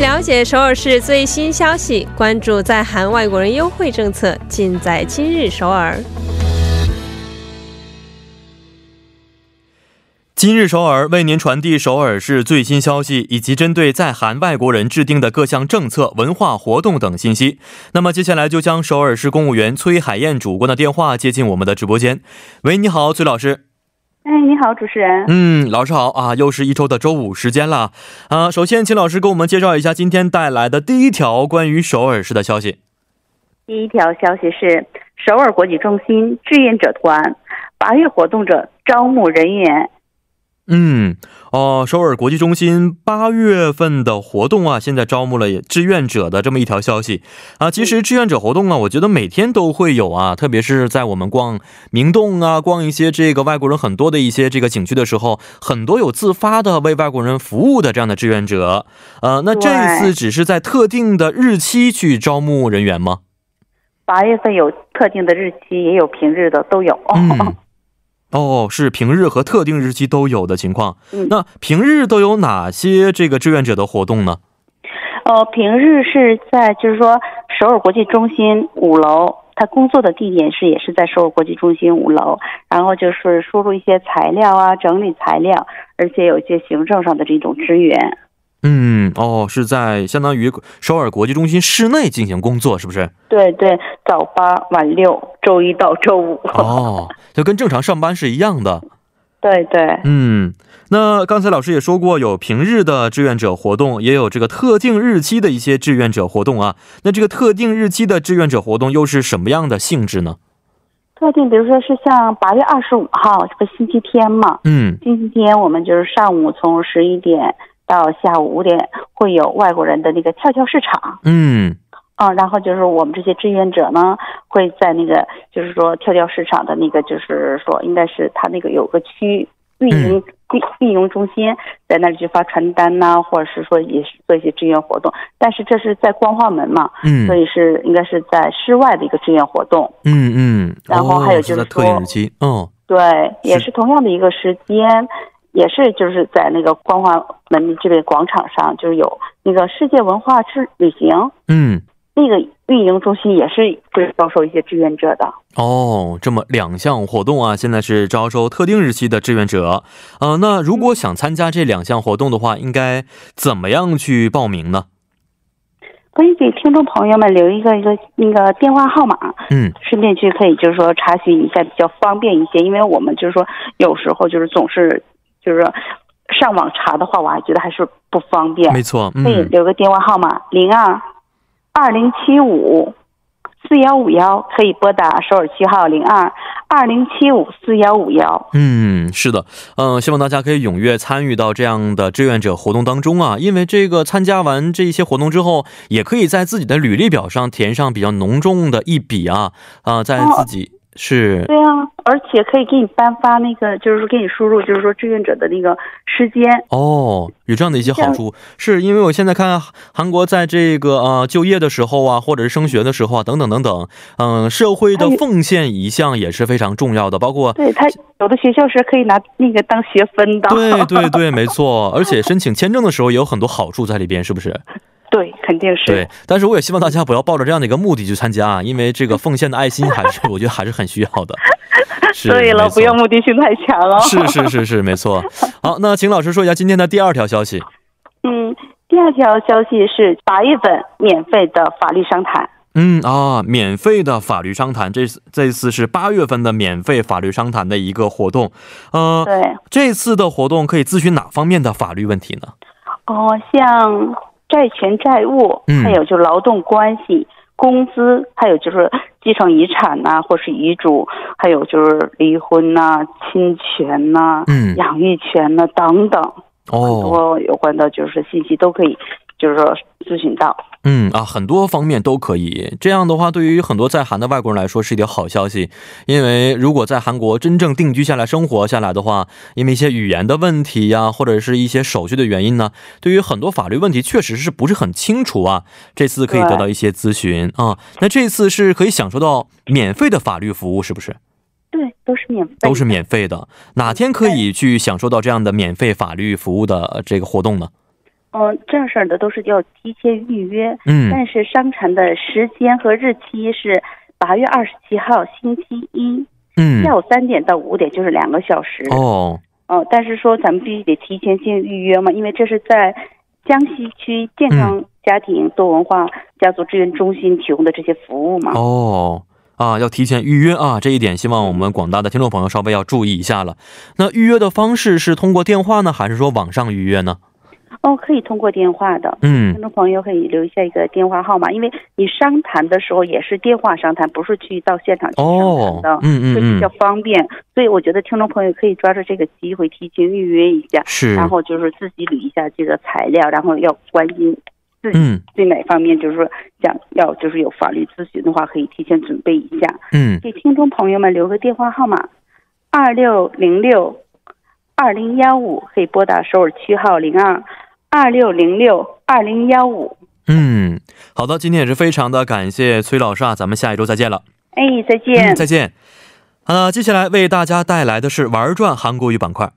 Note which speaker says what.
Speaker 1: 了解首尔市最新消息，关注在韩外国人优惠政策，尽在今日首尔。
Speaker 2: 今日首尔为您传递首尔市最新消息，以及针对在韩外国人制定的各项政策、文化活动等信息。那么接下来就将首尔市公务员崔海燕主官的电话接进我们的直播间。喂，你好，崔老师。
Speaker 3: 哎，你好，主持人。
Speaker 2: 嗯，老师好啊，又是一周的周五时间了啊。首先，请老师给我们介绍一下今天带来的第一条关于首尔市的消息。
Speaker 3: 第一条消息是，首尔国际中心志愿者团八月活动者招募人员。
Speaker 2: 嗯，哦，首尔国际中心八月份的活动啊，现在招募了志愿者的这么一条消息啊。其实志愿者活动啊，我觉得每天都会有啊，特别是在我们逛明洞啊，逛一些这个外国人很多的一些这个景区的时候，很多有自发的为外国人服务的这样的志愿者。呃，那这次只是在特定的日期去招募人员吗？
Speaker 3: 八月份有特定的日期，也有平日的，都有。
Speaker 2: 嗯哦，是平日和特定日期都有的情况。
Speaker 3: 嗯
Speaker 2: 那平日都有哪些这个志愿者的活动呢？
Speaker 3: 呃，平日是在就是说首尔国际中心五楼，他工作的地点是也是在首尔国际中心五楼，然后就是输入一些材料啊，整理材料，而且有一些行政上的这种支援。
Speaker 2: 嗯，哦，是在相当于首尔国际中心室内进行工作，是 不是？
Speaker 3: 对对，早八晚六，周一到周五。
Speaker 2: 哦，就跟正常上班是一样的。
Speaker 3: 对对，
Speaker 2: 嗯，那刚才老师也说过，有平日的志愿者活动，也有这个特定日期的一些志愿者活动啊。那这个特定日期的志愿者活动又是什么样的性质呢？
Speaker 3: 特定比如说是像八月二十五号这个星期天嘛，
Speaker 2: 嗯，
Speaker 3: 星期天我们就是上午从十一点到下午五点会有外国人的那个跳跳市场。
Speaker 2: 嗯，
Speaker 3: 嗯，然后就是我们这些志愿者呢，会在那个就是说跳跳市场的那个，就是说应该是他那个有个区运营运运营中心，在那里去发传单呐、或者是说也是做一些志愿活动。但是这是在光化门嘛，
Speaker 2: 嗯，
Speaker 3: 所以是应该是在室外的一个志愿活动。
Speaker 2: 嗯嗯，
Speaker 3: 然后还有就是
Speaker 2: 哦、是在特定日期，嗯。
Speaker 3: 对，也
Speaker 2: 是
Speaker 3: 是同样的一个时间，也是就是在那个光化门这个广场上，就是有那个世界文化之旅行。
Speaker 2: 嗯，
Speaker 3: 那个运营中心也是会招收一些志愿者的。
Speaker 2: 哦，这么两项活动啊，现在是招收特定日期的志愿者。呃，那如果想参加这两项活动的话，应该怎么样去报名呢？
Speaker 3: 可以给听众朋友们留一个一个那个电话号码，
Speaker 2: 嗯
Speaker 3: 顺便去可以就是说查询一下，比较方便一些。因为我们就是说有时候就是总是就是上网查的话，我还觉得还是不方便。
Speaker 2: 没错，
Speaker 3: 可以
Speaker 2: 嗯
Speaker 3: 留个电话号码零二二零七五四幺五幺，可以拨打首尔区号零二二零七五四幺五幺。
Speaker 2: 嗯，是的，嗯、希望大家可以踊跃参与到这样的志愿者活动当中啊，因为这个参加完这一些活动之后，也可以在自己的履历表上填上比较浓重的一笔啊啊、在自己是
Speaker 3: 对啊，而且可以给你颁发那个，就是说给你输入，就是说志愿者的那个时间。
Speaker 2: 哦，有这样的一些好处，是因为我现在看韩国在这个呃就业的时候啊，或者是升学的时候啊，等等等等，嗯、社会
Speaker 3: 哎
Speaker 2: 的奉献一项也是非常重要的，包括。
Speaker 3: 对他有的学校是可以拿那个当学分的。
Speaker 2: 对对对，没错，而且申请签证的时候也有很多好处在里边，是不是？
Speaker 3: 对，肯定是。
Speaker 2: 对，但是我也希望大家不要抱着这样的一个目的去参加啊，因为这个奉献的爱心还是我觉得还是很需要 的。是
Speaker 3: 对了，
Speaker 2: 没错
Speaker 3: 不 要目的性太强哦了。
Speaker 2: 是是是是，没错。好，那请老师说一下今天的第二条消息。
Speaker 3: 嗯，第二条消息是八月份免费的法律商谈。
Speaker 2: 嗯啊，免费的法律商谈，这次这次是八月份的免费法律商谈的一个活动，呃，
Speaker 3: 对，
Speaker 2: 这次的活动可以咨询哪方面的法律问题呢？
Speaker 3: 哦，像债权债务，
Speaker 2: 嗯
Speaker 3: 还有就劳动关系、工资，还有就是继承遗产呐、或是遗嘱，还有就是离婚呐、侵权呐、
Speaker 2: 嗯，
Speaker 3: 养育权呐、等等，很
Speaker 2: 哦，
Speaker 3: 多有关的就是信息都可以，就是说咨询到。
Speaker 2: 嗯啊，很多方面都可以。这样的话，对于很多在韩的外国人来说是一条好消息，因为如果在韩国真正定居下来、生活下来的话，因为一些语言的问题呀、或者是一些手续的原因呢，对于很多法律问题确实是不是很清楚啊。这次可以得到一些咨询啊。那这次是可以享受到免费的法律服务，是不是？
Speaker 3: 对，都是免费，
Speaker 2: 都是免费的。哪天可以去享受到这样的免费法律服务的呃这个活动呢？
Speaker 3: 嗯，这样事儿的都是要提前预约，
Speaker 2: 嗯
Speaker 3: 但是商场的时间和日期是八月二十七号星期一
Speaker 2: 嗯
Speaker 3: 下午三点到五点，就是两个小时。
Speaker 2: 哦，
Speaker 3: 哦，但是说咱们必须得提前先预约嘛，因为这是在江西区健
Speaker 2: 嗯
Speaker 3: 康家庭多文化家族支援中心提供的这些服务嘛。
Speaker 2: 哦。啊，要提前预约啊！这一点，希望我们广大的听众朋友稍微要注意一下了。那预约的方式是通过电话呢，还是说网上预约呢？
Speaker 3: 哦，可以通过电话的。
Speaker 2: 嗯
Speaker 3: 听众朋友可以留下一个电话号码，因为你商谈的时候也是电话商谈，不是去到现场去
Speaker 2: 哦
Speaker 3: 商谈的，，
Speaker 2: 嗯
Speaker 3: 会
Speaker 2: 嗯
Speaker 3: 比较
Speaker 2: 嗯，
Speaker 3: 方便。所以我觉得听众朋友可以抓住这个机会提前预约一下，
Speaker 2: 是，
Speaker 3: 然后就是自己捋一下这个材料，然后要关心自己
Speaker 2: 嗯
Speaker 3: 对哪方面，就是说想要就是有法律咨询的话，可以提前准备一下。
Speaker 2: 嗯，
Speaker 3: 给听众朋友们留个电话号码：二六零六二零幺五，可以拨打首尔区号零二二六零六二零幺五。
Speaker 2: 嗯，好的，今天也是非常的感谢崔老师啊，咱们下一周再见了，
Speaker 3: 哎，再见。
Speaker 2: 嗯，再见。好、了，接下来为大家带来的是玩转韩国语板块。